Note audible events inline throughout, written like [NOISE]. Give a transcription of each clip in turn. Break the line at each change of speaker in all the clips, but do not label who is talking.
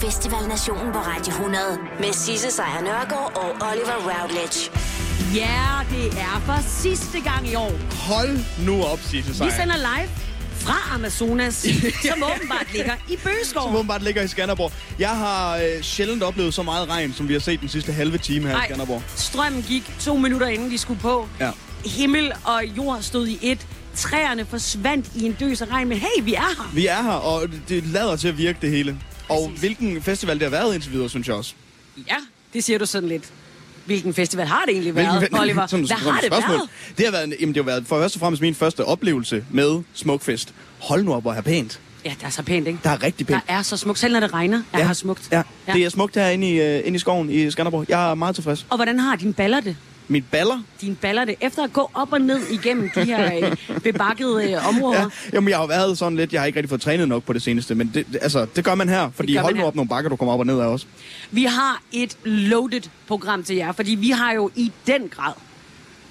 Festival Nationen på Radio 100 med Sisse Sejr Nørgaard og Oliver Routledge.
Ja, det er for sidste gang i år.
Hold nu op, Sisse Sejr.
Vi sender live fra
[LAUGHS]
Amazonas, som åbenbart ligger i
som
Bøgeskov.
åbenbart ligger i Skanderborg. Jeg har øh, sjældent oplevet så meget regn, som vi har set den sidste halve time her i Skanderborg.
strømmen gik to minutter inden de skulle på.
Ja.
Himmel og jord stod i et. Træerne forsvandt i en døs af regn, men hey, vi er her.
Vi er her, og det lader til at virke det hele. Og
Præcis.
hvilken festival det har været indtil videre, synes jeg også.
Ja, det siger du sådan lidt. Hvilken festival har det egentlig været,
Hvilken fe- [LAUGHS]
Oliver?
Sådan et
Hvad har det
spørgsmål.
været?
Det har været, en- jamen, det har været for først og fremmest min første oplevelse med Smukfest. Hold nu op, hvor er her pænt.
Ja, der er så pænt, ikke?
Der er rigtig
Der
pænt.
er så smukt. Selv når det regner, der er her smukt.
Ja. ja, det er smukt herinde i, øh, inde i skoven i Skanderborg. Jeg er meget tilfreds.
Og hvordan har dine baller det?
Mit baller?
Dine baller det? Efter at gå op og ned igennem de her øh, bebakkede øh, områder.
Ja, jamen, jeg har jo været sådan lidt, jeg har ikke rigtig fået trænet nok på det seneste, men det, det- altså, det gør man her, fordi
gør man
hold nu
her.
op nogle bakker, du kommer op og ned af også.
Vi har et loaded program til jer, fordi vi har jo i den grad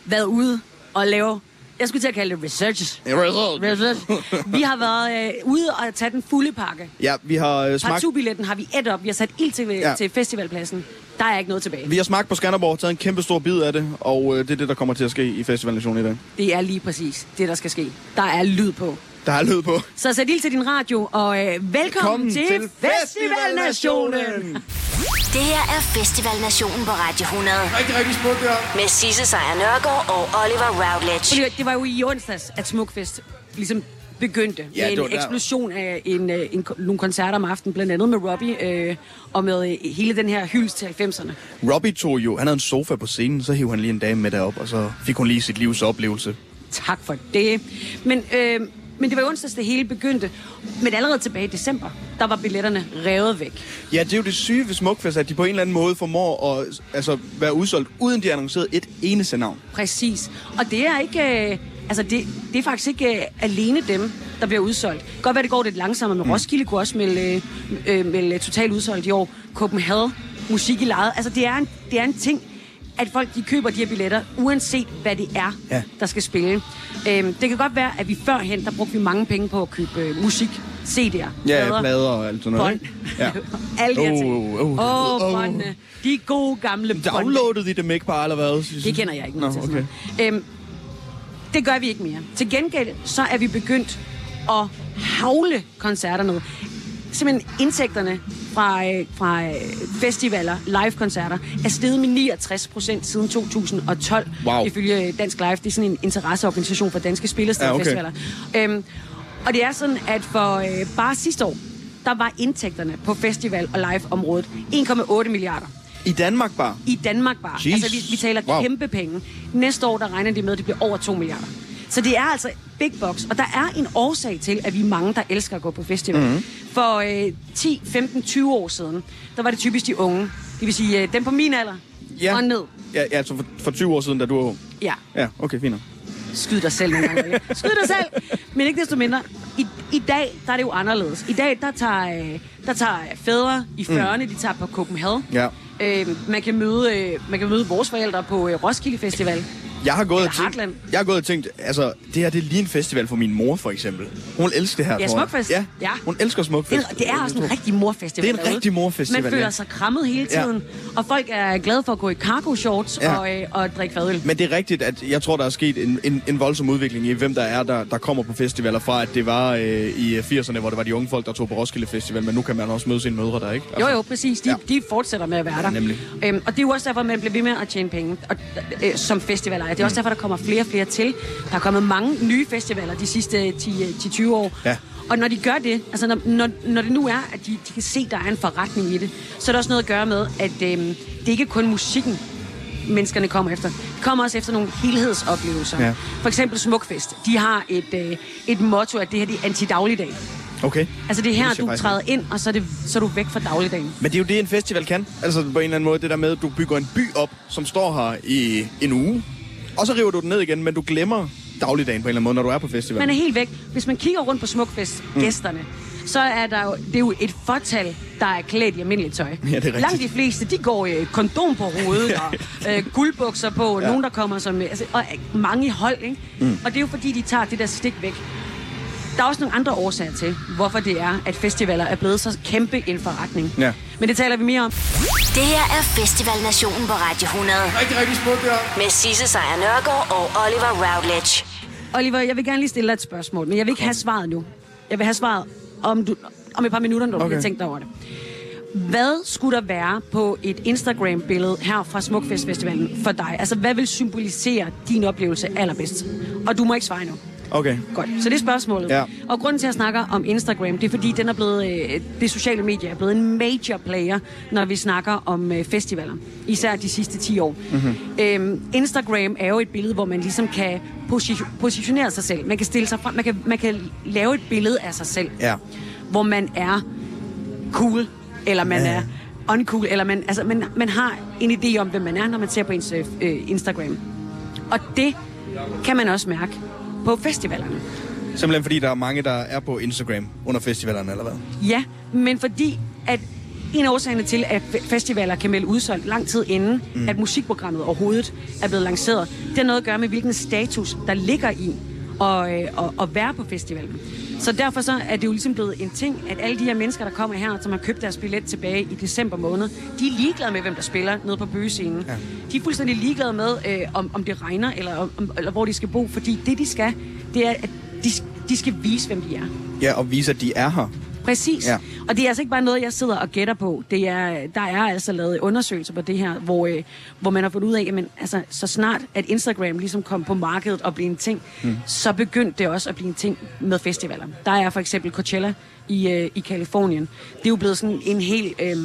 været ude og lave, jeg skulle til at kalde det research. research. Vi har været øh, ude og tage den fulde pakke.
Ja, vi har øh, smagt,
Partubilletten har vi et op. Vi har sat ild til,
Ja.
ja. til festivalpladsen. Der er ikke noget tilbage.
vi har smagt på Skanderborg, taget en kæmpe stor bid af det, og øh, det er det, der kommer til at ske i festivalen i dag.
Det er lige præcis det, der skal ske. Der er lyd på.
Der er lyd på.
Så sæt ild til din radio, og øh, velkommen, velkommen til, til Festivalnationen!
Det her er Festival Nationen på Radio 100
Rigtig, rigtig smukt det her.
med Sisse Sejr Nørgaard og Oliver Routledge.
Oliver, det var jo i onsdags, at Smukfest ligesom begyndte
Ja,
med
det var
en
der.
eksplosion af en, øh, en, ko- nogle koncerter om aftenen, blandt andet med Robbie, øh, og med øh, hele den her hyldest til 90'erne.
Robbie tog jo, han havde en sofa på scenen, så hiv han lige en dame med derop, og så fik hun lige sit livs oplevelse.
Tak for det. Men, øh, men det var i onsdags, det hele begyndte. Men allerede tilbage i december, der var billetterne revet væk.
Ja, det er jo det syge ved Smukfest, at de på en eller anden måde formår at altså, være udsolgt, uden de annoncerede et eneste navn.
Præcis. Og det er ikke... Øh, altså, det, det er faktisk ikke øh, alene dem, der bliver udsolgt. Godt være, det går lidt langsommere,
Mm.
men Roskilde kunne også melde, øh, øh, melde totalt udsolgt i år. Copenhagen, musik i lejet. Altså, det er, en, det er en ting, at folk de køber de her billetter, uanset hvad det er,
Ja.
ja. der skal spille. Øhm, det kan godt være, at vi førhen, der brugte vi mange penge på at købe øh, musik, CD'er,
Ja, ja, plader og alt sådan noget.
bånd,
ikke?
ja.
Ja.
[LAUGHS] alle de her
Åh,
ting.
åh, åh,
Åh,
åh.
båndene. De gode gamle bånd.
Downloadede de dem ikke bare, eller hvad? Sisse?
Det kender jeg ikke
Nå,
noget til.
okay.
Sådan noget. Øhm, det gør vi ikke mere. Til gengæld, så er vi begyndt at havle koncerter ned. Simpelthen indtægterne fra, øh, fra øh, festivaler, live-koncerter, er steget med 69 procent siden 2012,
Wow.
ifølge øh, Dansk Live. Det er sådan en interesseorganisation for danske spillesteder og
Ja, okay.
festivaler. Øhm, og det er sådan, at for øh, bare sidste år, der var indtægterne på festival- og live-området 1,8 milliarder
I Danmark bare.
i Danmark bare.
Jeez.
Altså, vi, vi taler
Wow.
wow. kæmpe penge. Næste år, der regner det med, at det bliver over 2 milliarder. Så det er altså big box, og der er en årsag til, at vi er mange, der elsker at gå på festival. Mm-hmm. For øh, 10, 15, 20 år siden, der var det typisk de unge. Det vil sige, øh, dem på min alder ja. og ned.
Ja, ja altså for, for 20 år siden, da du var ung.
Ja,
Ja, okay, fint. nok.
skyd dig selv nogle gange. Rikke. Skyd dig selv! Men ikke desto mindre, i, i dag, der er det jo anderledes. I dag, der tager, øh, der tager fædre i 40'erne, mm. de tager på Copenhagen.
Ja.
Øh, man, kan møde, øh, man kan møde vores forældre på øh, Roskilde Festival.
Jeg har gået, og
Eller
tænkt,
Heartland.
jeg har gået og tænkt, altså, det her det er lige en festival for min mor, for eksempel. Hun elsker det her,
Ja,
tror jeg.
Smukfest.
Ja,
Ja.
hun elsker
Det
Smukfest.
er, det er også en rigtig morfestival.
Det er en
derude.
rigtig morfestival,
Man føler
ja.
sig krammet hele
Ja.
tiden, ja. og folk er glade for at gå i cargo shorts
Ja.
ja. og, øh, og drikke fadøl.
Men det er rigtigt, at jeg tror, der er sket en, en, en voldsom udvikling i, hvem der er, der, der kommer på festivaler fra, at det var øh, i 80'erne, hvor det var de unge folk, der tog på Roskilde Festival, men nu kan man også møde sine mødre der, ikke? Altså-
Jo, jo, præcis. De,
Ja.
ja. de fortsætter med at være der.
nemlig.
Øhm, og det er jo også derfor, at man bliver ved med at tjene penge og, øh, som festivalejer. Det er
Mm.
også derfor, der kommer flere og flere til. Der er kommet mange nye festivaler de sidste 10-20 år.
Ja.
Og når de gør det, altså når, når, når det nu er, at de, de kan se, at der er en forretning i det, så er der også noget at gøre med, at øhm, det ikke er kun musikken, menneskerne kommer efter. De kommer også efter nogle helhedsoplevelser.
Ja.
For eksempel Smukfest. De har et, øh, et motto, at det her det er antidagligdag.
Okay.
Altså det er her,
vidste jeg
du
faktisk
træder ind, og så er, det, så er du væk fra dagligdagen.
Men det er jo det, en festival kan. Altså på en eller anden måde, det der med, at du bygger en by op, som står her i en uge, og så river du den ned igen, men du glemmer dagligdagen på en eller anden måde, når du er på festival.
Man er helt væk. Hvis man kigger rundt på Smukfest, mm. gæsterne, så er der jo, det er jo et fortal, der er klædt i almindeligt tøj.
er rigtigt.
Langt de fleste, de går øh, kondom på
[LAUGHS]
hovedet og øh, guldbukser på.
Ja.
Ja. Nogen, der kommer som... øh, Altså, og øh, mange i hold, ikke? Mm. Og det er jo fordi, de tager det der stik væk. Der er også nogle andre årsager til, hvorfor det er, at festivaler er blevet så kæmpe en forretning.
Ja.
Men det taler vi mere om.
Det her er Festival Nationen på Radio 100
Rigtig, rigtig smukt, det her.
med Sisse Sejr Nørgaard og Oliver Routledge.
Oliver, jeg vil gerne lige stille dig et spørgsmål, men jeg vil ikke have svaret nu. Jeg vil have svaret om, du, om et par minutter, når du okay.
Okay.
har tænkt dig over det. Hvad skulle der være på et Instagram-billede her fra Smukfest Festivalen for dig? Altså, hvad vil symbolisere din oplevelse allerbedst? Og du må ikke svare endnu.
Okay.
Godt, så det er spørgsmålet.
Ja.
Og grunden til, at jeg snakker om Instagram, det er fordi, den er blevet, øh, det sociale medie er blevet en major player, når vi snakker om øh, festivaler. Især de sidste 10 år. Mm-hmm.
Mhm.
Øhm, Instagram er jo et billede, hvor man ligesom kan posi- positionere sig selv. Man kan stille sig frem, man kan, man kan lave et billede af sig selv.
Ja.
Hvor man er cool, eller man er uncool, eller man, altså, man, man har en idé om, hvem man er, når man ser på ens øh, øh, Instagram. Og det kan man også mærke på festivalerne.
Simpelthen fordi der er mange, der er på Instagram under festivalerne, eller hvad?
Ja, men fordi at en af årsagerne til, at fe- festivaler kan melde udsolgt lang tid inden, mm. at musikprogrammet overhovedet er blevet lanceret, det har noget at gøre med, hvilken status der ligger i at, øh, at, at være på festivalen. Så derfor så er det jo ligesom blevet en ting, at alle de her mennesker, der kommer her, som har købt deres billet tilbage i december måned, de er ligeglade med, hvem der spiller nede på bøgescenen. Ja. De er fuldstændig ligeglade med, øh, om, om det regner, eller, om, eller hvor de skal bo, fordi det, de skal, det er, at de, de skal vise, hvem de er.
Ja, og vise, at de er her.
Præcis. Ja.
Ja.
Og det er altså ikke bare noget, jeg sidder og gætter på. Det er, der er altså lavet undersøgelser på det her, hvor, øh, hvor man har fundet ud af, at altså, så snart at Instagram ligesom kom på markedet og blev en ting, mm. så begyndte det også at blive en ting med festivaler. Der er for eksempel Coachella i, øh, i Kalifornien. Det er jo blevet sådan en hel øh,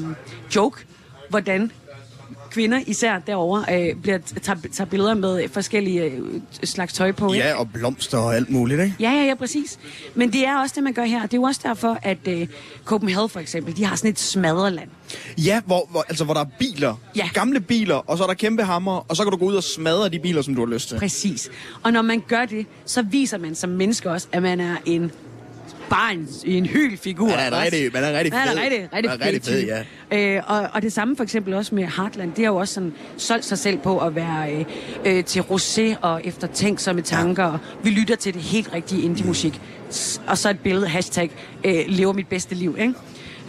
joke, hvordan kvinder især derovre øh, bliver, tager, tager billeder med forskellige øh, slags tøj på. ikke?
Ja, og blomster og alt muligt, ikke?
Ja, ja, ja, præcis. Men det er også det, man gør her. Det er jo også derfor, at øh, Copenhagen for eksempel, de har sådan et smadreland.
Ja, hvor, hvor, altså, hvor der er biler.
Ja.
Gamle biler, og så er der kæmpe hammer, og så kan du gå ud og smadre de biler, som du har lyst til.
Præcis. Og når man gør det, så viser man som menneske også, at man er en bare en, en hyl figur.
Man er
også.
rigtig- man er rigtig
Man er
fed.
rigtig, rigtig,
Man er rigtig fed,
type. Øh, og, og det samme for eksempel også med Heartland. Det har jo også sådan, solgt sig selv på at være øh, øh, til rosé og eftertænksomme tanker. Og vi lytter til det helt rigtige indie-musik. S- Og så et billede, hashtag, øh, lever mit bedste liv, ikke?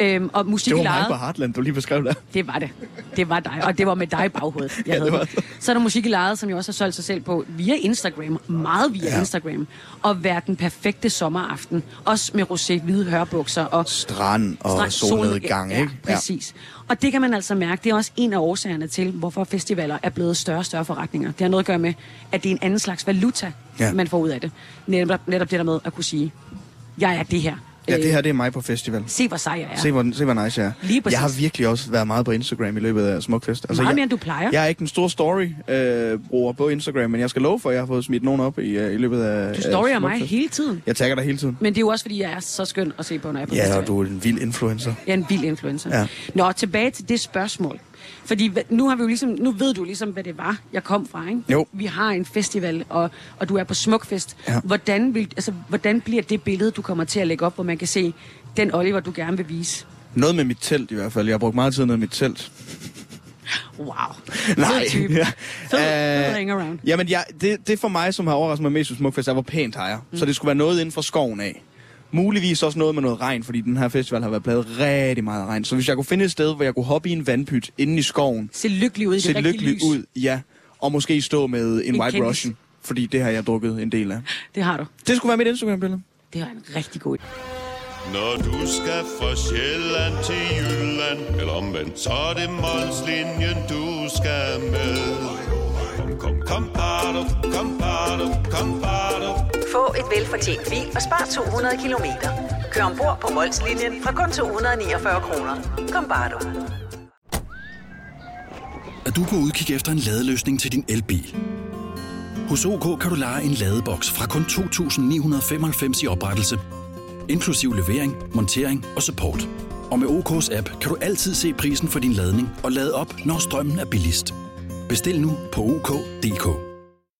Øhm, og musik
Det var
i
mig
lejet-
på Heartland, du lige beskrev der.
det var det. Det var dig, og det var med dig i baghovedet. Jeg
Ja, det
havde
var
det.
det.
Så er der musik i lejet, som jeg også har solgt sig selv på via Instagram, meget via ja.
Ja.
Instagram, og være den perfekte sommeraften, også med rosé, hvide hørbukser og
Strand og
strand-
solnedgang,
ja,
ikke?
Ja, præcis. Og det kan man altså mærke, det er også en af årsagerne til, hvorfor festivaler er blevet større og større forretninger. Det har noget at gøre med, at det er en anden slags valuta, ja.
Ja.
man får ud af det. Netop, netop det der med at kunne sige, jeg er det her.
Ja,
Øh,
det her, det er mig på festival.
Se, hvor sej jeg er.
Se, hvor, se, hvor nice jeg er.
Lige præcis.
jeg har virkelig også været meget på Instagram i løbet af Smukfest. Altså,
Meget
jeg,
mere, end du plejer.
Jeg er ikke en stor story-bruger øh, bruger på Instagram, men jeg skal love for, at jeg har fået smidt nogen op i, øh, i løbet af
Du
af
storyer mig
Smukfest.
hele tiden.
Jeg tagger dig hele tiden.
Men det er jo også, fordi jeg er så skøn at se på, når jeg er på
Ja,
festival.
og du er en vild influencer.
Jeg er en vild influencer. Ja.
Ja.
Nå, tilbage til det spørgsmål. Fordi hva- nu, har vi jo ligesom, nu ved du ligesom, hvad det var, jeg kom fra, ikke?
Jo.
Vi har en festival, og, og du er på Smukfest.
Ja.
Hvordan, vil, altså, hvordan bliver det billede, du kommer til at lægge op, hvor man kan se den Oliver, du gerne vil vise?
Noget med mit telt i hvert fald. Jeg har brugt meget tid med mit telt.
Wow.
Nej.
Fed type.
Ja.
Fed,
Øh,
fed hangaround.
Jamen, jeg, det, det for mig, som har overrasket mig mest ved Smukfest, er, hvor pænt har jeg. Mm. Så det skulle være noget inden for skoven af. Muligvis også noget med noget regn, fordi den her festival har været pladet rigtig meget af regn. Så hvis jeg kunne finde et sted, hvor jeg kunne hoppe i en vandpyt inde i skoven,
Se lykkelig ud i det
se
rigtige
lykkelig
lys.
ud, ja, og måske stå med en,
En
en white
kendis.
russian, fordi det har jeg drukket en del af.
Det har du.
Det skulle være mit Instagram-billede.
Det er en rigtig god
Når du skal fra Sjælland til Jylland Eller omvendt, så er det Molslinjen, du skal med Kom, kom, kom, bado, kom, bado, kom, bado.
Få et velfortjent bil og spar 200 kilometer. Kør ombord på Molslinjen fra kun 249 kroner. Kom bare du.
at du kan udkigge efter en ladeløsning til din elbil. Hos OK kan du lege en ladeboks fra kun 2.995 i oprettelse, inklusiv levering, montering og support. Og med OK's app kan du altid se prisen for din ladning og lade op, når strømmen er billigst. Bestil nu på OK.dk. OK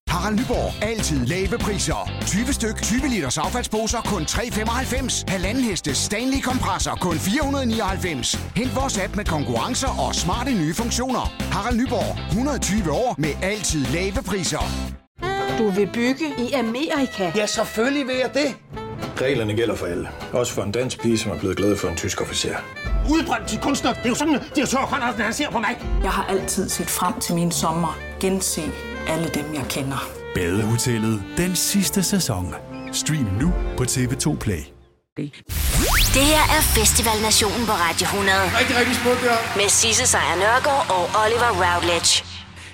Harald Nyborg. Altid lave priser. 20 styk, 20 liters affaldsposer kun 3,95. Halvanden heste Stanley kompresser kun 499. Hent vores app med konkurrencer og smarte nye funktioner. Harald Nyborg. 120 år med altid lave priser.
Du vil bygge i Amerika?
Ja, selvfølgelig vil jeg det. Reglerne gælder for alle. Også for en dansk pige, som er blevet glad for en tysk officer.
Udbrøndt til kunstner. Det er jo sådan, at de har tørt, han ser på mig.
Jeg har altid set frem til min sommer. Gense alle dem, jeg kender.
Badehotellet den sidste sæson. Stream nu på TV2 Play.
Det her er Festival Nationen på Radio 100.
Rigtig, rigtig smukt, ja.
Med Sisse Sejr Nørgaard og Oliver Routledge.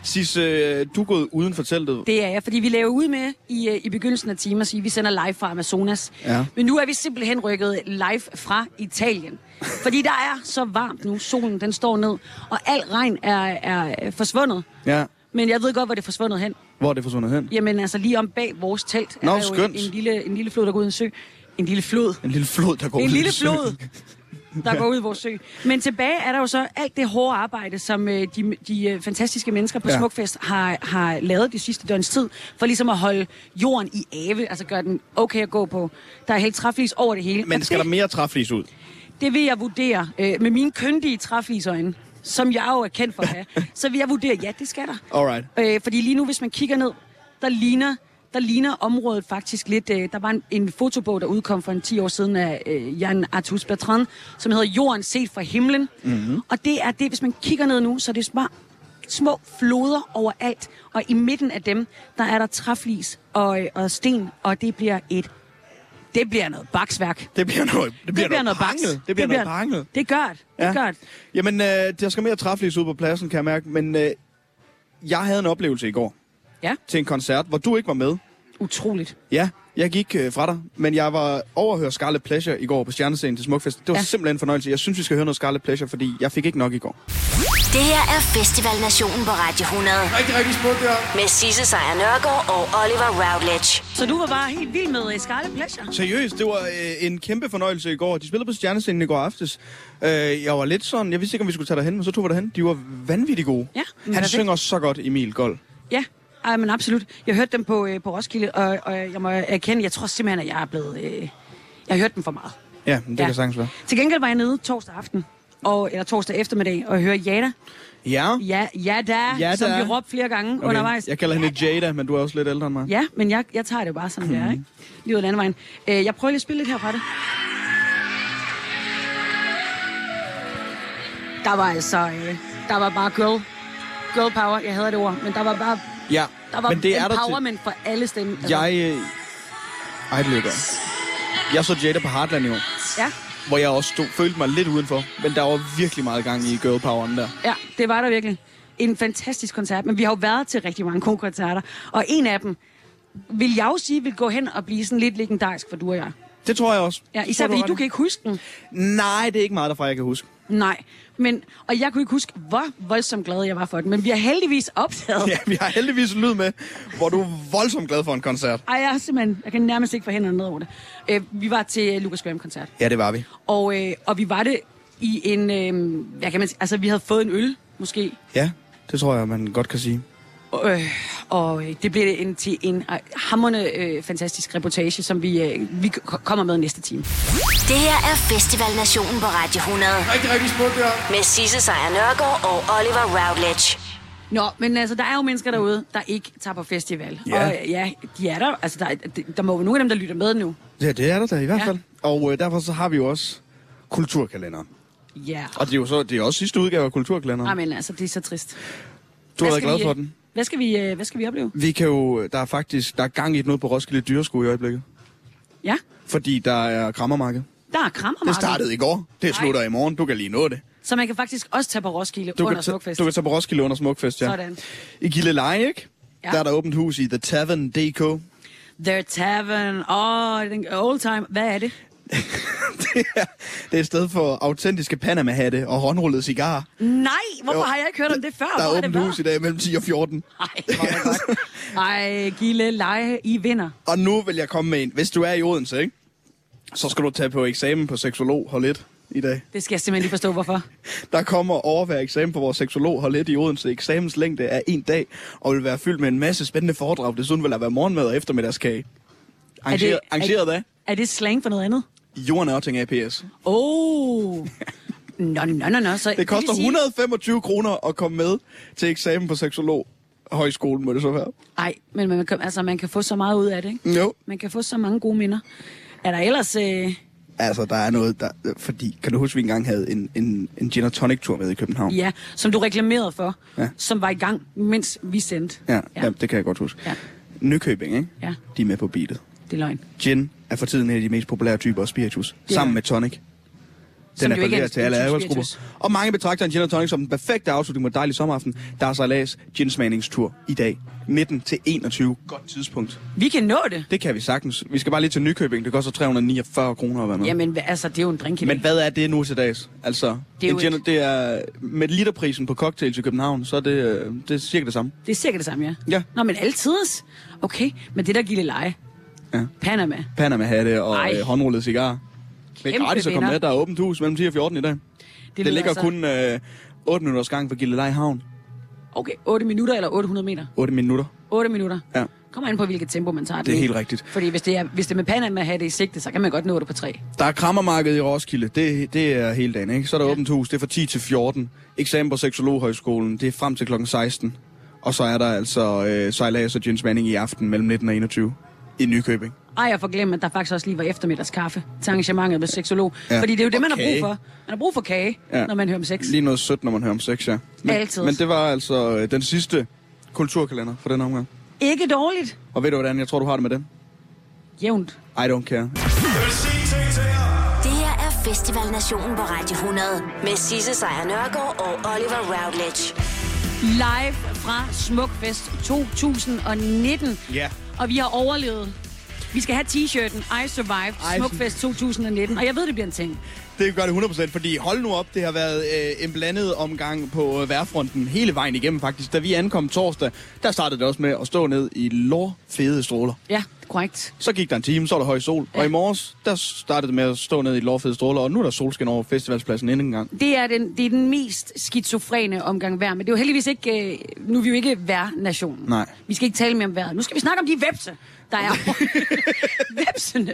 Sis, øh, du er gået uden for teltet.
Det er jeg, fordi vi laver ud med i, øh, i begyndelsen af timer, så vi sender live fra Amazonas.
Ja.
Men nu er vi simpelthen rykket live fra Italien. Fordi der er så varmt nu, solen den står ned, og al regn er, er øh, forsvundet.
Ja.
Men jeg ved godt, hvor det er forsvundet hen.
Hvor er det forsvundet hen?
Jamen altså lige om bag vores telt er
Nå,
der jo en,
skønt.
en, lille, en lille flod, der går ud i en sø. En lille flod.
En lille flod, der går
En
ud i
lille
søen.
flod, der går ud i vores sø. Men tilbage er der jo så alt det hårde arbejde, som øh, de, de øh, fantastiske mennesker på
Ja.
ja. Smukfest har, har lavet de sidste døgns tid, for ligesom at holde jorden i ave, altså gøre den okay at gå på. Der er helt træflis over det hele.
Men
Og
skal der
det,
mere træflis ud?
det vil jeg vurdere øh, med mine kyndige træflisøjne, som jeg jo er kendt for at have. så vil jeg vurdere, ja, det skal der.
Alright.
Øh, fordi lige nu, hvis man kigger ned, der ligner, der ligner området faktisk lidt... Øh, der var en, en fotobog, der udkom for en 10 år siden af øh, Jan Artus Bertrand, som hedder Jorden set fra himlen. Mm-hmm. Og det er det, hvis man kigger ned nu, så er det små, små floder overalt. Og i midten af dem, der er der træflis og, øh, og sten, og det bliver et... Det bliver noget baksværk. Det
Det bliver noget, det bliver noget,
baks.
banget. Det bliver noget banget.
Det gør det. Det
Ja.
gør det.
Jamen, øh, der skal mere træflis ud på pladsen, kan jeg mærke. Men øh, jeg havde en oplevelse i går
Ja,
til en koncert, hvor du ikke var med.
utroligt.
Ja, jeg gik øh, fra dig, men jeg var over at høre Scarlet Pleasure i går på Stjernescenen til Smukfest. Det var ja.
Ja.
simpelthen en fornøjelse. Jeg synes, vi skal høre noget Scarlet Pleasure, fordi jeg fik ikke nok i går.
Det her er Festival Nationen på Radio 100.
Rigtig, rigtig smukt, ja.
Med Sisse Sejr Nørgaard og Oliver Routledge.
Så du var bare helt vild med øh, Scarlet Pleasure?
Seriøst, det var øh, en kæmpe fornøjelse i går. De spillede på Stjernescenen i går aftes. Øh, jeg var lidt sådan, jeg vidste ikke, om vi skulle tage derhen, men så tog vi derhen. De var vanvittigt gode.
Ja,
Han
perfekt.
synger så godt, Emil Gold.
Ja, ej, men absolut. Jeg hørte dem på, øh, på Roskilde, og, og jeg må erkende, jeg tror simpelthen, at jeg er blevet... Øh, jeg har hørt dem for meget.
Ja, men det ja. kan sagtens være.
Til gengæld var jeg nede torsdag aften, og, eller torsdag eftermiddag, og hørte Jada. Ja,
Ja.
Jada,
Jada.
Jada, som vi råbte flere gange okay. undervejs.
Jeg kalder hende Jada, men du er også lidt ældre end mig.
Ja, men jeg, jeg tager det jo bare som det er, ikke?
Mhm.
Livet af landevejen. Øh, jeg prøver lige at spille lidt her fra det. Der var altså... Øh, der var bare girl, girl power. Jeg hader det ord, men der var bare...
ja.
Der var altså.
men det er der til.
empowerment for alle stemmer.
Jeg... Øh... Ej, det lykker. Jeg så Jada på Heartland i år,
Ja,
hvor jeg også stod, følte mig lidt udenfor. Men der var virkelig meget gang i girl poweren der.
ja, det var der virkelig. En fantastisk koncert, men vi har jo været til rigtig mange gode koncerter. Og en af dem, vil jeg jo sige, vil gå hen og blive sådan lidt legendarisk for du og jeg.
Det tror jeg også.
Ja,
Det
især
tror
fordi
ret
du
i.
kan ikke huske den.
Nej, det er ikke meget derfra, jeg kan huske. [LAUGHS]
Nej, men, og jeg kunne ikke huske, hvor voldsomt glad jeg var for den. Men vi har heldigvis optaget.
Ja, vi har heldigvis lyd med, hvor du er voldsomt glad for en koncert.
Ej, jeg, er simpelthen, jeg kan nærmest ikke få hænderne ned over det. Øh, vi var til øh, Lucas Graham-koncert.
Ja, det var vi.
Og, øh, og vi var det i en... Øh, hvad kan man sige? Altså, vi havde fået en øl, måske.
Ja, det tror jeg, man godt kan sige.
Øh, og øh, det bliver en, til en øh, hammerne øh, fantastisk reportage, som vi, øh, vi k- kommer med næste time.
Det her er Festival Nationen på Radio 100.
Rigtig, rigtig smukt, ja.
Med Sisse Sejr Nørgaard og Oliver Routledge.
Nå, men altså, der er jo mennesker derude, der ikke tager på festival.
Ja.
Og øh, ja, de er der. Altså, der, er- der, der må jo nogle af dem, der lytter med nu.
Ja, det er der da i hvert
Ja.
fald. Og øh, derfor så har vi jo også kulturkalenderen.
Ja.
Og det er jo så, det er også sidste udgave af kulturkalenderen.
Amen, altså, det er så trist.
du har
Hvad
været
skal
glad
vi,
for
øh,
den.
Hvad skal vi, øh, hvad skal vi opleve?
Vi kan jo, der er faktisk, der er gang i noget på Roskilde Dyresko i øjeblikket.
Ja,
Fordi der er krammermarked.
der er krammermarked.
Det startede i går. Det slutter i morgen. Du kan lige nå det.
Så man kan faktisk også tage på Roskilde
Du
under
kan, ta-
Smukfest.
du kan tage på Roskilde under Smukfest, ja.
Sådan.
I Gilleleje, ikke?
Ja.
Der er der åbent hus i The Tavern DK.
The Tavern, åh, oh, den old time. Hvad er det?
[LAUGHS] det, er, det er et sted for autentiske Panama-hatte og håndrullede cigarer.
Nej, hvorfor
Jo.
har jeg ikke hørt om det før?
Der
Hvor
er
det
åbent
værd?
hus i dag mellem 10 og 14.
Ej, hvor er det
[LAUGHS]
godt. Ej, Gille, leje, I vinder.
Og nu vil jeg komme med en. Hvis du er i Odense, ikke? så skal du tage på eksamen på seksolog hold 1 i dag.
Det skal jeg simpelthen lige forstå, hvorfor.
Der kommer overvær eksamen på vores seksolog hold 1 i Odense. Eksamens længde er en dag, og vil være fyldt med en masse spændende foredrag. Desuden vil der være morgenmad og eftermiddagskage. Arrangeret,
er,
arrangeret af
Er det slang for noget andet?
Jorden Ørting APS.
Oh. Nå, nå, nå, nå. Så
Det koster
vil sige-
125 kroner at komme med til eksamen på seksolog højskolen, må det så være.
Ej, men man kan, altså, man kan få så meget ud af det, ikke?
Jo.
Man kan få så mange gode minder. Er der ellers... Øh...
Altså, der er noget, der... Fordi, kan du huske, at vi engang havde en, en, en gin tonic tur med i København?
Ja, som du reklamerede for,
Ja.
ja. som var i gang, mens vi sendte.
Ja, ja. det kan jeg godt huske.
Ja.
Nykøbing, ikke?
Ja.
De er med på beatet.
Det er løgn.
Gin er for tiden en af de mest populære typer af spiritus,
er
sammen
det.
med tonic. Den
Som
er
jo ikke er
appellerer
en
til alle
spiritus,
aldersgrupper.
spiritus.
Og mange betragter en gin og tonic som den perfekte afslutning mod en dejlig sommeraften. Der er sejlads ginsmagningstur i dag. 19 til 21. Godt tidspunkt.
Vi kan nå det.
Det kan vi sagtens. Vi skal bare lige til Nykøbing. Det koster 349 kroner at være med.
Jamen, hva- altså, det er jo en drink i
Mm. Men
dag.
hvad er det nu til dags? Altså,
Det er
en
jo
gin,
et-
det er med literprisen på cocktails i København, så er det, øh, det er cirka det samme.
Det er cirka det samme, ja.
Ja.
Nå, men altids. Okay, men det der gilde leje.
Ja.
Panama.
Panama-hatte
Ej.
og øh, håndrullede cigarer. Det er
Kæmpe
gratis at komme
vinder.
med. Der er åbent hus mellem 10 og 14 i dag. Det,
lyder
det ligger
altså-
kun øh, 8 minutters gang fra Gilleleje Havn.
Okay, 8 minutter eller 800 meter?
8 minutter.
8 minutter.
Ja,
Kommer an på, hvilket tempo man tager
det er
i.
helt rigtigt.
Fordi hvis det er, hvis det er med Panama at have det i sigte, så kan man godt nå det på 3.
Der er krammermarked i Roskilde. Det, det er hele dagen, ikke? Så er der ja. åbent hus. Det er fra 10 til 14. Eksamen på Seksologhøjskolen. Det er frem til klokken 16. Og så er der altså øh, sejlads og Jens Manning i aften mellem 19 og 21 i Nykøbing.
Ej, jeg får glemt, at der faktisk også lige var eftermiddagskaffe til arrangementet med seksolog.
Ja.
Ja. Fordi det er jo det,
Og
man har brug
kage.
for. Man har brug for kage,
Ja.
ja. når man hører om sex.
Lige noget sødt, når man hører om sex, ja. Men,
Altid.
men det var altså øh, den sidste kulturkalender for den omgang.
Ikke dårligt.
Og ved du hvordan? Jeg tror, du har det med den.
Jævnt.
I don't care.
Det her er Festival Nationen på Radio 100 med Sisse Sejr Nørgaard og Oliver Routledge.
Live fra Smukfest 2019.
Ja.
Og vi har overlevet. Vi skal have t-shirten I Survived
Ej,
Smukfest 2019. Og jeg ved, det bliver en ting.
Det gør det 100%, fordi hold nu op, det har været øh, en blandet omgang på øh, værfronten hele vejen igennem faktisk. Da vi ankom torsdag, der startede det også med at stå ned i lårfede stråler.
Ja, korrekt.
Så gik der en time, så var der høj sol, ja. og i morges, der startede det med at stå ned i lårfede stråler, og nu er der solskin over festivalspladsen endnu en gang.
Det er den, det er den mest skizofrene omgang vejr, men det er jo heldigvis ikke, øh, nu er vi jo ikke værnationen.
Nej.
Vi skal ikke tale mere om vejret. Nu skal vi snakke om de vepse, der er [LAUGHS] Vepsene.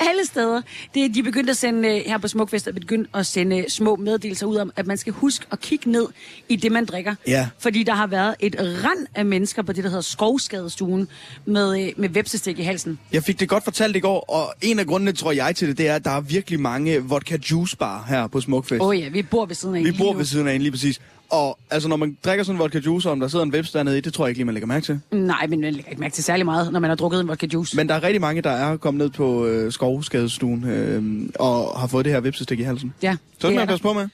Alle steder. Det, er- de er begyndt at sende, øh, her på Smukfest, er begyndt at sende øh, små meddelelser ud om, at man skal huske at kigge ned i det, man drikker.
Ja.
Fordi der har været et rand af mennesker på det, der hedder skovskadestuen, med, øh, med vepsestik i halsen.
Jeg fik det godt fortalt i går, og en af grundene, tror jeg til det, det er, at der er virkelig mange vodka juice bar her på Smukfest.
Åh oh, ja, vi bor ved siden af
Vi
lige
bor
nu.
ved siden af en lige præcis. Og altså, når man drikker sådan en vodka juice, og om der sidder en webs dernede i, det tror jeg ikke lige, man lægger mærke til.
Nej, men man lægger ikke mærke til særlig meget, når man har drukket en vodka juice.
Men der er rigtig mange, der er kommet ned på øh, skovskadestuen øh, og har fået det her vipsestik i halsen.
Ja,
Så
det
skal
er
man
der.
passe på med.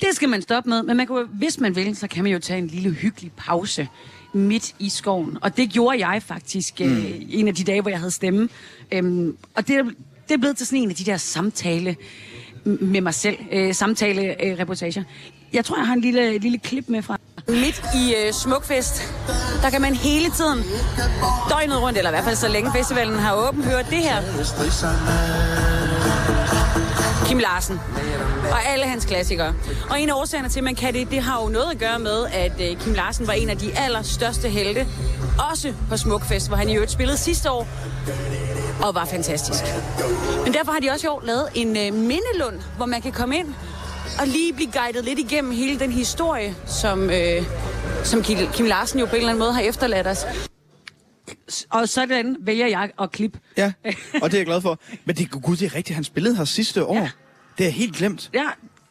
Det skal man stoppe med, men man kan, jo- hvis man vil, så kan man jo tage en lille hyggelig pause midt i skoven. Og det gjorde jeg faktisk mm. øh, en af de dage, hvor jeg havde stemme. Øhm, og det, er- det er blevet til sådan en af de der samtale m- med mig selv, øh, samtale-reportager. jeg tror, jeg har en lille, lille klip med fra. Midt i øh, Smukfest, der kan man hele tiden, døgnet rundt, eller i hvert fald så længe festivalen har åben, høre det her. Kim Larsen og alle hans klassikere. Og en af årsagerne til, at man kan det, det har jo noget at gøre med, at øh, Kim Larsen var en af de allerstørste helte, også på Smukfest, hvor han i øvrigt spillede sidste år, og var fantastisk. Men derfor har de også i år lavet en øh, mindelund, hvor man kan komme ind og lige blive guidet lidt igennem hele den historie, som, øh, som Kim Kim Larsen jo på en eller anden måde har efterladt os. Og sådan vælger jeg at klippe. [LAUGHS]
Ja, og det er jeg glad for. Men det, gud, det er rigtigt, han spillede her sidste år. Ja. Det er helt glemt.
Ja,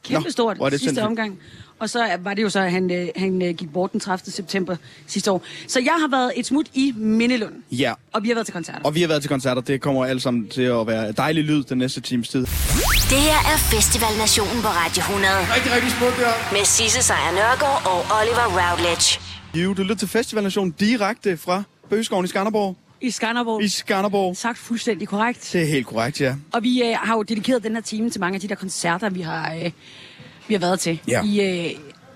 kæmpestort
Nå, hvor
Nå,
er det
sidste
sindssygt.
omgang. Og så var det jo så, at han, øh, han øh, gik bort den 30. september sidste år. Så jeg har været et smut i Mindelund,
Ja,
og vi har været til koncerter.
og vi har været til koncerter. Det kommer alt sammen til at være dejlig lyd den næste times tid.
Det her er Festival Nationen på Radio 100
Rigtig, rigtig smukt, det
med Sisse Sejr Nørgaard og Oliver Routledge.
Jo, du lytter til Festival Nation direkte fra Bøgeskoven i Skanderborg.
I Skanderborg.
I Skanderborg.
Sagt fuldstændig korrekt.
Det er helt korrekt, ja.
Og vi øh, har jo dedikeret den her time til mange af de der koncerter, vi har, øh, vi har været til.
Ja.
I øh,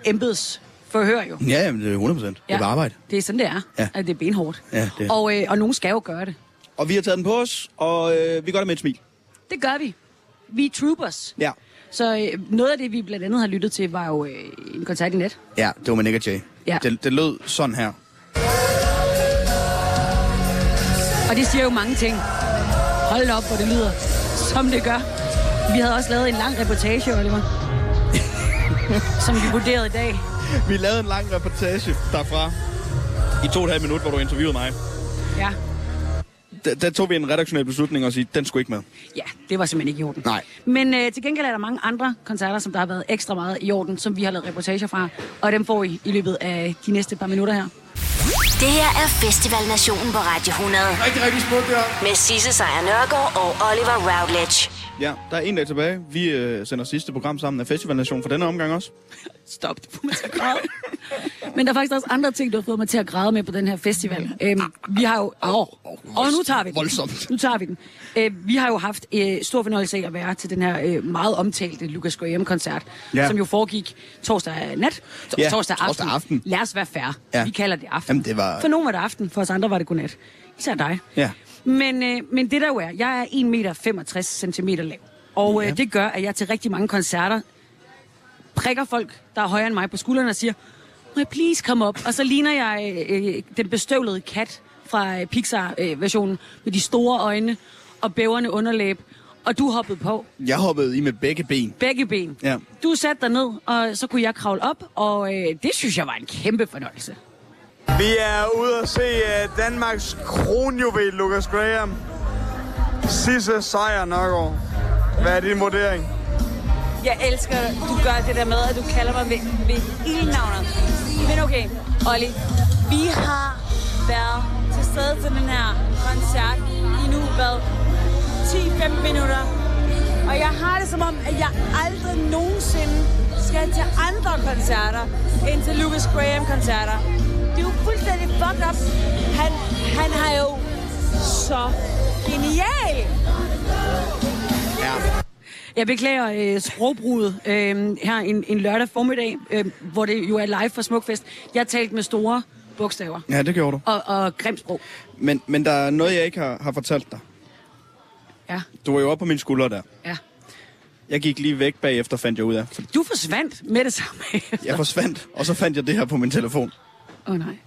embedsforhør jo.
Ja, jamen, det er 100 procent.
Ja. Det er sådan, det er.
Ja.
At det er benhårdt.
Ja, det er.
Og, øh, og nogen skal jo gøre det.
Og vi har taget den på os, og øh, vi gør det med et smil.
Det gør vi. Vi er troopers.
Ja.
Så øh, noget af det, vi blandt andet har lyttet til, var jo øh, en koncert i nat.
Ja, det var med Nick og Jay.
Ja.
Det, det lød sådan her.
Og det siger jo mange ting. Hold da op, hvor det lyder, som det gør. Vi havde også lavet en lang reportage, Oliver. som vi vurderede i dag.
Vi lavede en lang reportage derfra i to og et halvt minut, hvor du interviewede mig.
Ja.
der, der tog vi en redaktionel beslutning og sige, den skulle ikke med.
Ja, det var simpelthen ikke i orden.
Nej.
Men øh, til gengæld er der mange andre koncerter, som der har været ekstra meget i orden, som vi har lavet reportager fra, og dem får I i løbet af de næste par minutter her.
Det her er Festival Nationen på Radio 100.
Rigtig, rigtig smukt, ja.
Med Sisse Sejr Nørgaard og Oliver Routledge.
Ja, der er en dag tilbage. Vi øh, sender sidste program sammen af Festival Nation for denne omgang også.
Stop, du får mig til at græde. Men der er faktisk også andre ting, der har fået mig til at græde med på den her festival. Øhm, vi har jo... Åh, oh, nu tager vi den.
Mm. Voldsomt.
Nu tager vi den. Øh, vi har jo haft øh, stor fornøjelse af at være til den her øh, meget omtalte Lucas Graham-koncert,
Ja.
ja. som jo foregik torsdag nat. To-
Ja,
torsdag, aften.
torsdag aften.
Lad os være færre.
Ja.
Vi kalder det aften.
Jamen, det var-
For nogen var det aften, for os andre var det godnat. Især dig.
Ja.
Men, øh, men det der jo er, jeg er 1,65 meter centimeter lav. Og øh, det gør, at jeg til rigtig mange koncerter prikker folk, der er højere end mig på skuldrene og siger, må jeg please komme op? Og så ligner jeg øh, øh, den bestøvlede kat fra øh, Pixar-versionen øh, med de store øjne og bæverne underlæb. Og du hoppede på
Jeg hoppede i med begge ben.
begge ben.
Ja.
Du satte dig ned, og så kunne jeg kravle op, og øh, det synes jeg var en kæmpe fornøjelse.
Vi er ude at se uh, Danmarks kronjuvel, Lucas Graham. Sisse sejr, Nørgaard. Hvad er din vurdering?
Jeg elsker, du gør det der med, at du kalder mig ved, ved ildnavnet. Men okay, Olli, vi har været til stede til den her koncert i nu, hvad, 10-15 minutter. Og jeg har det som om, at jeg aldrig nogensinde skal til andre koncerter end til Lucas Graham-koncerter. Det er jo fuldstændig fucked up. Han, han har jo så genial.
Jeg beklager øh, sprogbruget øh, her en, en lørdag formiddag, øh, hvor det jo er live for Smukfest. Jeg talte med store bogstaver
Ja, det gjorde du.
og, og grimt sprog.
Men, men der er noget, jeg ikke har, har fortalt dig.
Ja.
Du var jo oppe på mine skuldre der.
Ja.
Jeg gik lige væk bagefter, fandt jeg ud af. For
Du forsvandt med det samme.
jeg forsvandt, og så fandt jeg det her på min telefon.
Åh oh, nej.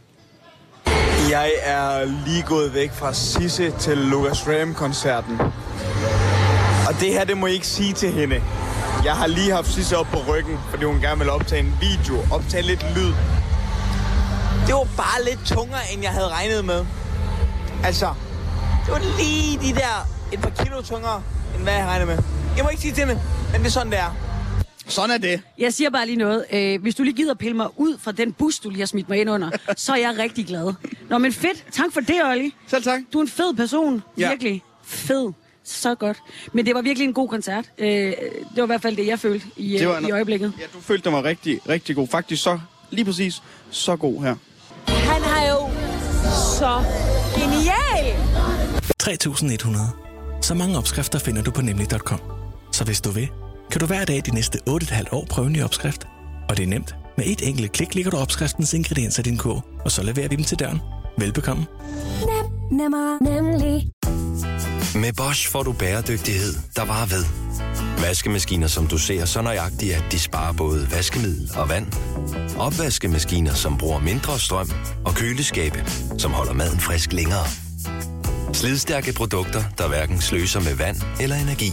Jeg er lige gået væk fra Sisse til Lucas Graham-koncerten. Og det her, det må I ikke sige til hende. Jeg har lige haft Sisse op på ryggen, fordi hun gerne vil optage en video, optage lidt lyd. Det var bare lidt tungere, end jeg havde regnet med. Altså, det var lige de der et par kilo tungere, end hvad jeg havde regnet med. Jeg må ikke sige til hende, men det er sådan, det er.
Sådan er det.
Jeg siger bare lige noget. Øh, hvis du lige gider pille mig ud fra den bus, du lige har smidt mig ind under, så er jeg rigtig glad. Nå, men fedt. Tak for det, Olli.
Selv tak.
Du er en fed person.
Ja.
Ja. Virkelig. Fed. Så godt. Men det var virkelig en god koncert. Øh, det var i hvert fald det, jeg følte i,
Det
det
var
var
en-
i øjeblikket.
Ja, du følte, den var rigtig, rigtig god. Faktisk så, lige præcis, så god her.
Han har jo så genial.
3100. Så mange opskrifter finder du på nemlig.com. Så hvis du vil, kan du hver dag de næste 8,5 år prøve en ny opskrift. Og det er nemt. Med et enkelt klik ligger du opskriftens ingredienser i din kog, og så leverer vi dem til døren. Velbekomme.
Nem, nemmer, nemlig.
Med Bosch får du bæredygtighed, der varer ved. Vaskemaskiner, som du ser så nøjagtigt, at de sparer både vaskemiddel og vand. Opvaskemaskiner, som bruger mindre strøm. Og køleskabe, som holder maden frisk længere. Slidstærke produkter, der hverken sløser med vand eller energi.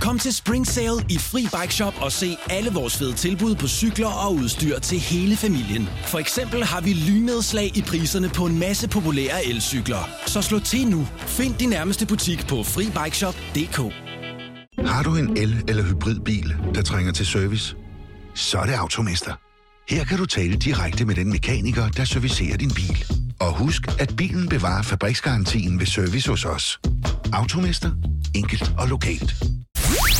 Kom til Spring Sale i Fri Bike Shop og se alle vores fede tilbud på cykler og udstyr til hele familien. For eksempel har vi lynedslag i priserne på en masse populære elcykler. Så slå til nu. Find din nærmeste butik på FriBikeShop.dk
Har du en el- eller hybridbil, der trænger til service? Så er det Automester. Her kan du tale direkte med den mekaniker, der servicerer din bil. Og husk, at bilen bevarer fabriksgarantien ved service hos os. Automester. Enkelt og lokalt.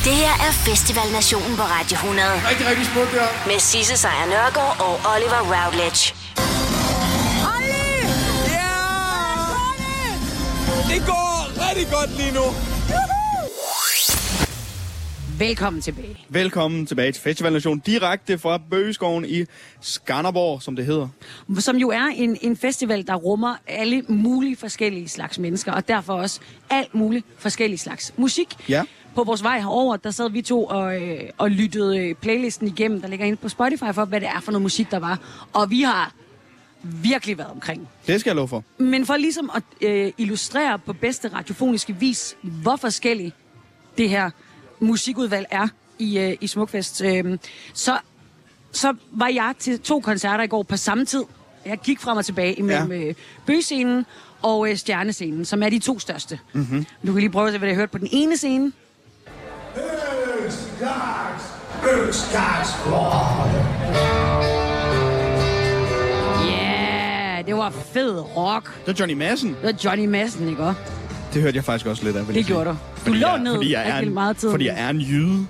Det her er Festival Nationen på Radio 100.
Rigtig, rigtig smukt, ja.
Med Sisse Sejr Nørgaard og Oliver Routledge.
Det går rigtig godt lige nu.
Velkommen tilbage.
Velkommen tilbage til Festival Nation, direkte fra Bøgeskoven i Skanderborg, som det hedder.
Som jo er en, en festival, der rummer alle mulige forskellige slags mennesker, og derfor også alt muligt forskellige slags musik.
Ja.
På vores vej herover, der sad vi to og, øh, og lyttede øh, playlisten igennem, der ligger inde på Spotify, for hvad det er for noget musik, der var. Og vi har virkelig været omkring.
Det skal jeg love for.
Men for ligesom at øh, illustrere på bedste radiofoniske vis, hvor forskellig det her musikudvalg er i, øh, i Smukfest, øh, så, så var jeg til to koncerter i går på samme tid. Jeg gik frem og tilbage imellem ja. øh, byscenen
og øh, Stjernescenen, som er de to største.
Mm-hmm.
Du kan lige prøve at se, hvad jeg hørte på den ene scene. Yeah, det var fed rock.
Det var Johnny Madsen. Det
var Johnny Madsen, ikke også?
Det hørte jeg faktisk også lidt af. vil jeg
Det
sige.
gjorde du. Du
Fordi
lå
jeg-
ned
fordi jeg er
rigtig
en-
meget tid.
Fordi jeg er en jyde.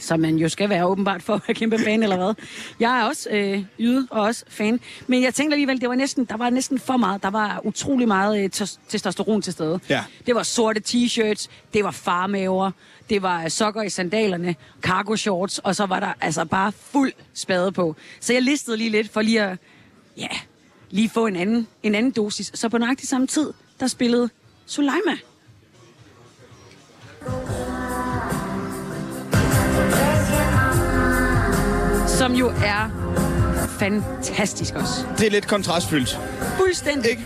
Som man jo skal være åbenbart for at være kæmpe fan eller hvad. Jeg er også øh, yde og også fan. Men jeg tænkte alligevel, det var næsten, der var næsten for meget. Der var utrolig meget øh, tos- testosteron til stede.
Ja.
Det var sorte t-shirts, det var farmaver, det var øh, sokker i sandalerne, cargo shorts, og så var der altså bare fuld spade på. Så jeg listede lige lidt for lige at, ja, lige få en anden, en anden dosis. Så på nøjagtig samme tid, der spillede Suleima. Som jo er fantastisk også.
Det er lidt kontrastfyldt.
Fuldstændig Ikke?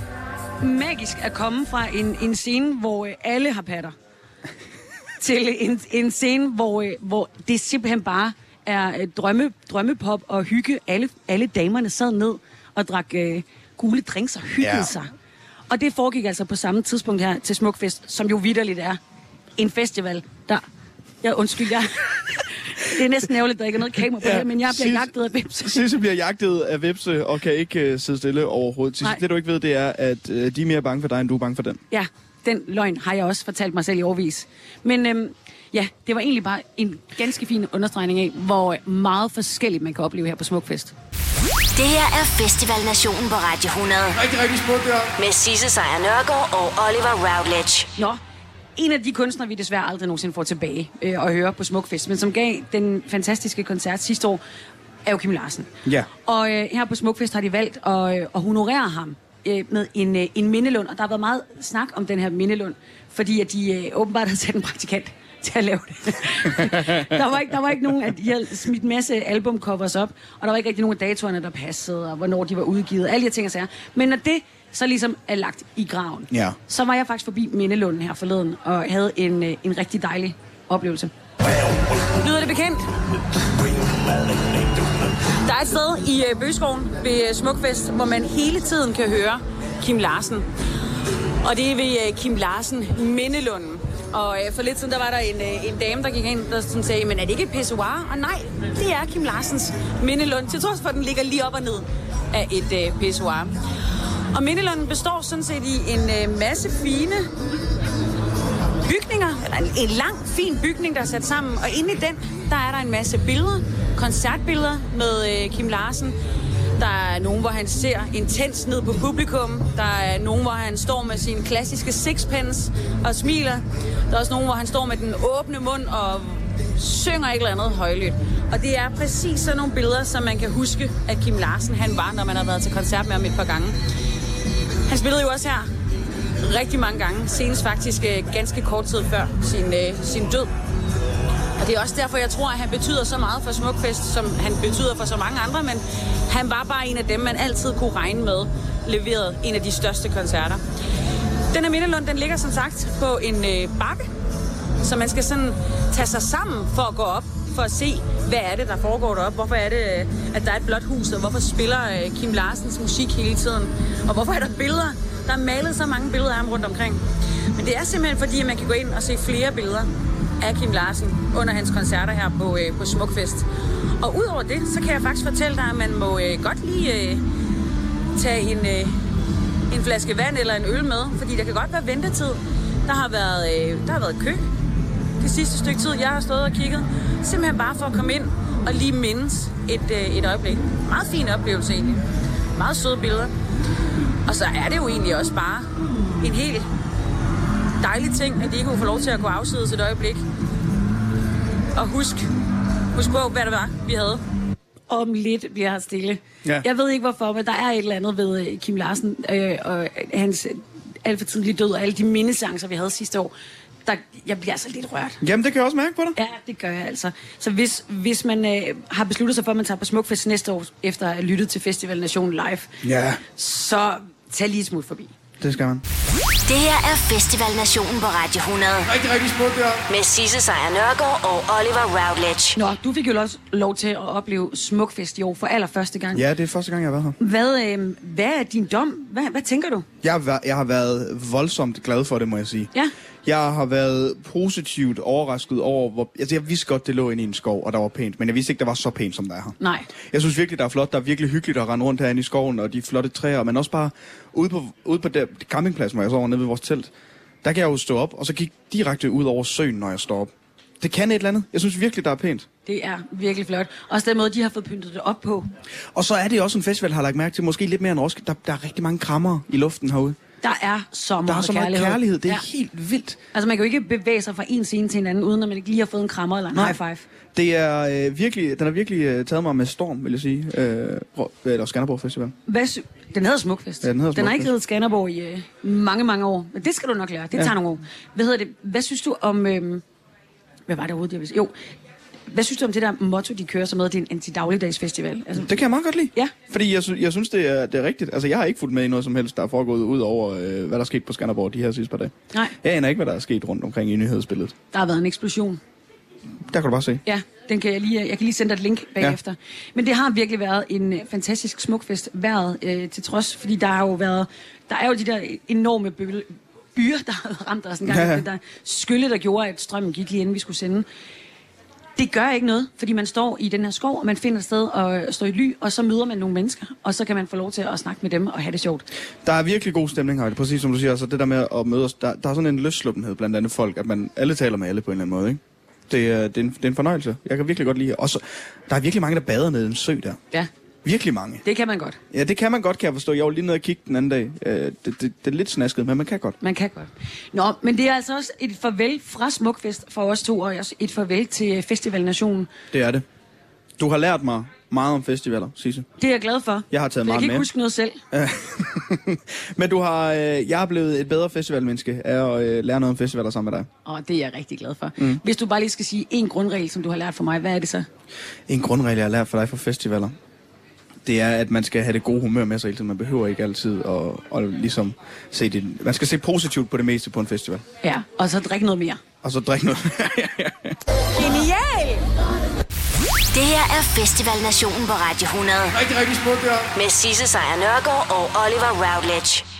magisk at komme fra en, en scene, hvor øh, alle har [LAUGHS] patter, til en, en scene, hvor, øh, hvor det simpelthen bare er øh, drømme, drømmepop og hygge. Alle, alle damerne sad ned og drak øh, gule drinks og hyggede
Ja.
ja. sig. Og det foregik altså på samme tidspunkt her til Smukfest, som jo vidderligt er en festival, der... Jeg undskyld, jeg... [LAUGHS] det er næsten ærgerligt, at der ikke er noget kamera på ja,
Ja,
det, men jeg bliver
sis-
jagtet af vipser.
Sisse bliver jagtet af vipse og kan ikke uh, sidde stille overhovedet. Sisse,
Nej.
det du ikke ved, det er, at uh, de er mere bange for dig, end du er bange for dem.
Ja, den løgn har jeg også fortalt mig selv i overvis. Men øhm, ja, det var egentlig bare en ganske fin understregning af, hvor meget forskelligt man kan opleve her på Smukfest.
Det her er Festival Nationen på Radio 100. Rigtig, rigtig smukt, ja. Med Sisse Sejr Nørgaard og Oliver Routledge.
Nå, en af de kunstnere, vi desværre aldrig nogensinde får tilbage øh, at høre på Smukfest, men som gav den fantastiske koncert sidste år, er jo Kim Larsen.
Ja.
Og øh, her på Smukfest har de valgt at, øh, at honorere ham øh, med en, øh, en mindelund. Og der har været meget snak om den her mindelund, fordi at de øh, åbenbart havde sat en praktikant [LAUGHS] til at lave det. [LAUGHS] der, var ikke, der var ikke nogen, at de havde smidt en masse albumcovers op, og der var ikke rigtig nogen af datorerne, der passede, og hvornår de var udgivet, alle de her ting og sager. Men når det så ligesom er lagt i graven,
Ja.
så var jeg faktisk forbi Mindelunden her forleden, og havde en, øh, en rigtig dejlig oplevelse.
Lyder det bekendt? Der er et sted i øh, Bøgeskoven ved øh, Smukfest, hvor man hele tiden kan høre Kim Larsen. Og det er ved øh, Kim Larsen Mindelunden. Og øh, for lidt siden, der var der en, øh, en dame, der gik ind og sådan sagde, men er det ikke et pissoir? Og nej, det er Kim Larsens Mindelund. Til trods for, at den ligger lige op og ned af et øh, pissoir. Og Mindelunden består sådan set i en øh, masse fine bygninger, eller en, en lang, fin bygning, der er sat sammen. Og inde i den, der er der en masse billeder, koncertbilleder med øh, Kim Larsen. Der er nogen, hvor han ser intens ned på publikum. Der er nogen, hvor han står med sin klassiske sixpence og smiler. Der er også nogen, hvor han står med den åbne mund og synger et eller andet højlydt. Og det er præcis sådan nogle billeder, som man kan huske, at Kim Larsen han var, når man har været til koncert med ham et par gange. Han spillede jo også her rigtig mange gange, senest faktisk øh, ganske kort tid før sin, øh, sin død. Og det er også derfor, jeg tror, at han betyder så meget for Smukfest, som han betyder for så mange andre, men han var bare en af dem, man altid kunne regne med, leverede en af de største koncerter. Den her Mindelund, den ligger som sagt på en øh, bakke, så man skal sådan tage sig sammen for at gå op, for at se, hvad er det, der foregår deroppe. Hvorfor er det, øh, at der er et blåt hus, og hvorfor spiller øh, Kim Larsens musik hele tiden? Og hvorfor er der billeder? Der er malet så mange billeder af ham rundt omkring. Men det er simpelthen fordi, at man kan gå ind og se flere billeder af Kim Larsen under hans koncerter her på, øh, på Smukfest. Og udover det, så kan jeg faktisk fortælle dig, at man må øh, godt lige øh, tage en, øh, en flaske vand eller en øl med, fordi der kan godt være ventetid. Der har været, øh, der har været kø det sidste stykke tid, jeg har stået og kigget. Simpelthen bare for at komme ind og lige mindes et, øh, et øjeblik. Meget fin oplevelse egentlig. Meget søde billeder. Og så er det jo egentlig også bare en helt dejlig ting, at de ikke kunne få lov til at gå afsides et øjeblik. Og husk, husk på, hvad det var, vi havde.
om lidt bliver her stille.
Ja.
Ja. Jeg ved ikke hvorfor, men der er et eller andet ved øh, Kim Larsen øh, og hans øh, alt for tidlige død og alle de mindesancer, vi havde sidste år. Der, jeg bliver altså lidt rørt.
Jamen, det kan jeg også mærke på dig.
Ja, det gør jeg altså. Så hvis, hvis man øh, har besluttet sig for, at man tager på Smukfest næste år, efter at have lyttet til Festival Nation Live,
Ja,
så tag lige et smut forbi.
det skal man.
Det her er Festival Nationen på Radio 100.
Rigtig, rigtig smukt, ja.
Med Sisse Sejr Nørgaard og Oliver Routledge.
Nå, du fik jo også lov til at opleve Smukfest i år for allerførste gang.
Ja, det er første gang, jeg har været her.
Hvad, øh, hvad er din dom? Hvad, hvad tænker du?
Jeg har, væ- jeg har været voldsomt glad for det, må jeg sige.
Ja.
Jeg har været positivt overrasket over, hvor... Altså, jeg vidste godt, det lå inde i en skov, og der var pænt, men jeg vidste ikke, der var så pænt, som der er her.
Nej.
Jeg synes virkelig, der er flot. Der er virkelig hyggeligt at rende rundt herinde i skoven, og de flotte træer, men også bare ude på, ude på der campingpladsen, hvor jeg sover nede ved vores telt. Der kan jeg jo stå op, og så kigge direkte ud over søen, når jeg står op. Det kan et eller andet. Jeg synes virkelig, der er pænt.
Det er virkelig flot. Også den måde, de har fået pyntet det op på.
Og så er det også en festival, jeg har lagt mærke til, måske lidt mere end Roskilde. Der, der er rigtig mange krammer i luften herude.
Der er så meget
Der er så meget
kærlighed.
kærlighed. Det er helt vildt.
Altså, man kan jo ikke bevæge sig fra en scene til en anden, uden at man ikke lige har fået en krammer eller en
Nej.
high five.
Det er øh, virkelig, den har virkelig øh, taget mig med storm, vil jeg sige. Øh, Rå- eller Skanderborg Festival.
Hvad sy- den hedder Smukfest.
Ja, den hedder
den har
Smukfest.
ikke heddet Skanderborg i øh, mange, mange år. Men det skal du nok lære. Det
Ja.
ja. tager nogle år. Hvad hedder det? Hvad synes du om... Øh, hvad var det overhovedet, jeg ville sige? Jo, hvad synes du om det der motto, de kører sig med, at det er en antidagligdagsfestival? Altså,
Det kan jeg meget godt lide.
Ja.
Fordi jeg, sy- jeg synes, det er, det er rigtigt. Altså, jeg har ikke fulgt med i noget som helst, der er foregået ud over, øh, hvad der er sket på Skanderborg de her sidste par dage.
Nej,
Jeg aner ikke, hvad der er sket rundt omkring i nyhedsbilledet.
der har været en eksplosion.
Der kan du bare se.
Ja, den kan jeg, lige, jeg kan lige sende dig et link bagefter. Ja. Men det har virkelig været en øh, fantastisk smukfest, været øh, til trods, fordi der har jo været, der er jo de der enorme bøl, byer, der har ramt os en gang,
Ja,
ja,
ja.
ja. den der skylle, der gjorde, at strømmen gik lige inden vi skulle sende. Det gør ikke noget, fordi man står i den her skov, og man finder et sted at øh, stå i ly, og så møder man nogle mennesker, og så kan man få lov til at snakke med dem og have det sjovt.
Der er virkelig god stemning her, præcis som du siger. Altså, det der med at mødes, der, der er sådan en løssluppenhed blandt andet folk, at man alle taler med alle på en eller anden måde, ikke? Det er, det, er en, det er en fornøjelse. Jeg kan virkelig godt lide. Og så, der er virkelig mange, der bader nede i en sø der.
Ja,
Virkelig mange.
det kan man godt.
Ja, det kan man godt, kan jeg forstå. Jeg var lige nede og kigge den anden dag. Øh, det, det, det er lidt snasket, men man kan godt.
Man kan godt. Nå, men det er altså også et farvel fra Smukfest for os to, og også et farvel til Festival Nationen.
Det er det. Du har lært mig meget om festivaler, Sisse.
Det er jeg glad for.
Jeg har taget
for jeg
meget
kan ikke
med.
huske noget selv.
Men du har, øh, jeg er blevet et bedre festivalmenneske af at øh, lære noget om festivaler sammen med dig.
Og det er jeg rigtig glad for.
Mm.
Mm. Hvis du bare lige skal sige en grundregel, som du har lært for mig, hvad er det så?
En grundregel, jeg har lært for dig fra festivaler, det er, at man skal have det gode humør med sig hele tiden. Man behøver ikke altid at, at ligesom se det. Man skal se positivt på det meste på en festival.
Ja, og så drikke noget mere.
Og så drikke noget. [LAUGHS]
Genial! Det her er Festival Nationen på Radio 100.
Rigtig, rigtig smukt, ja.
Med Sisse Sejr Nørgaard og Oliver Routledge.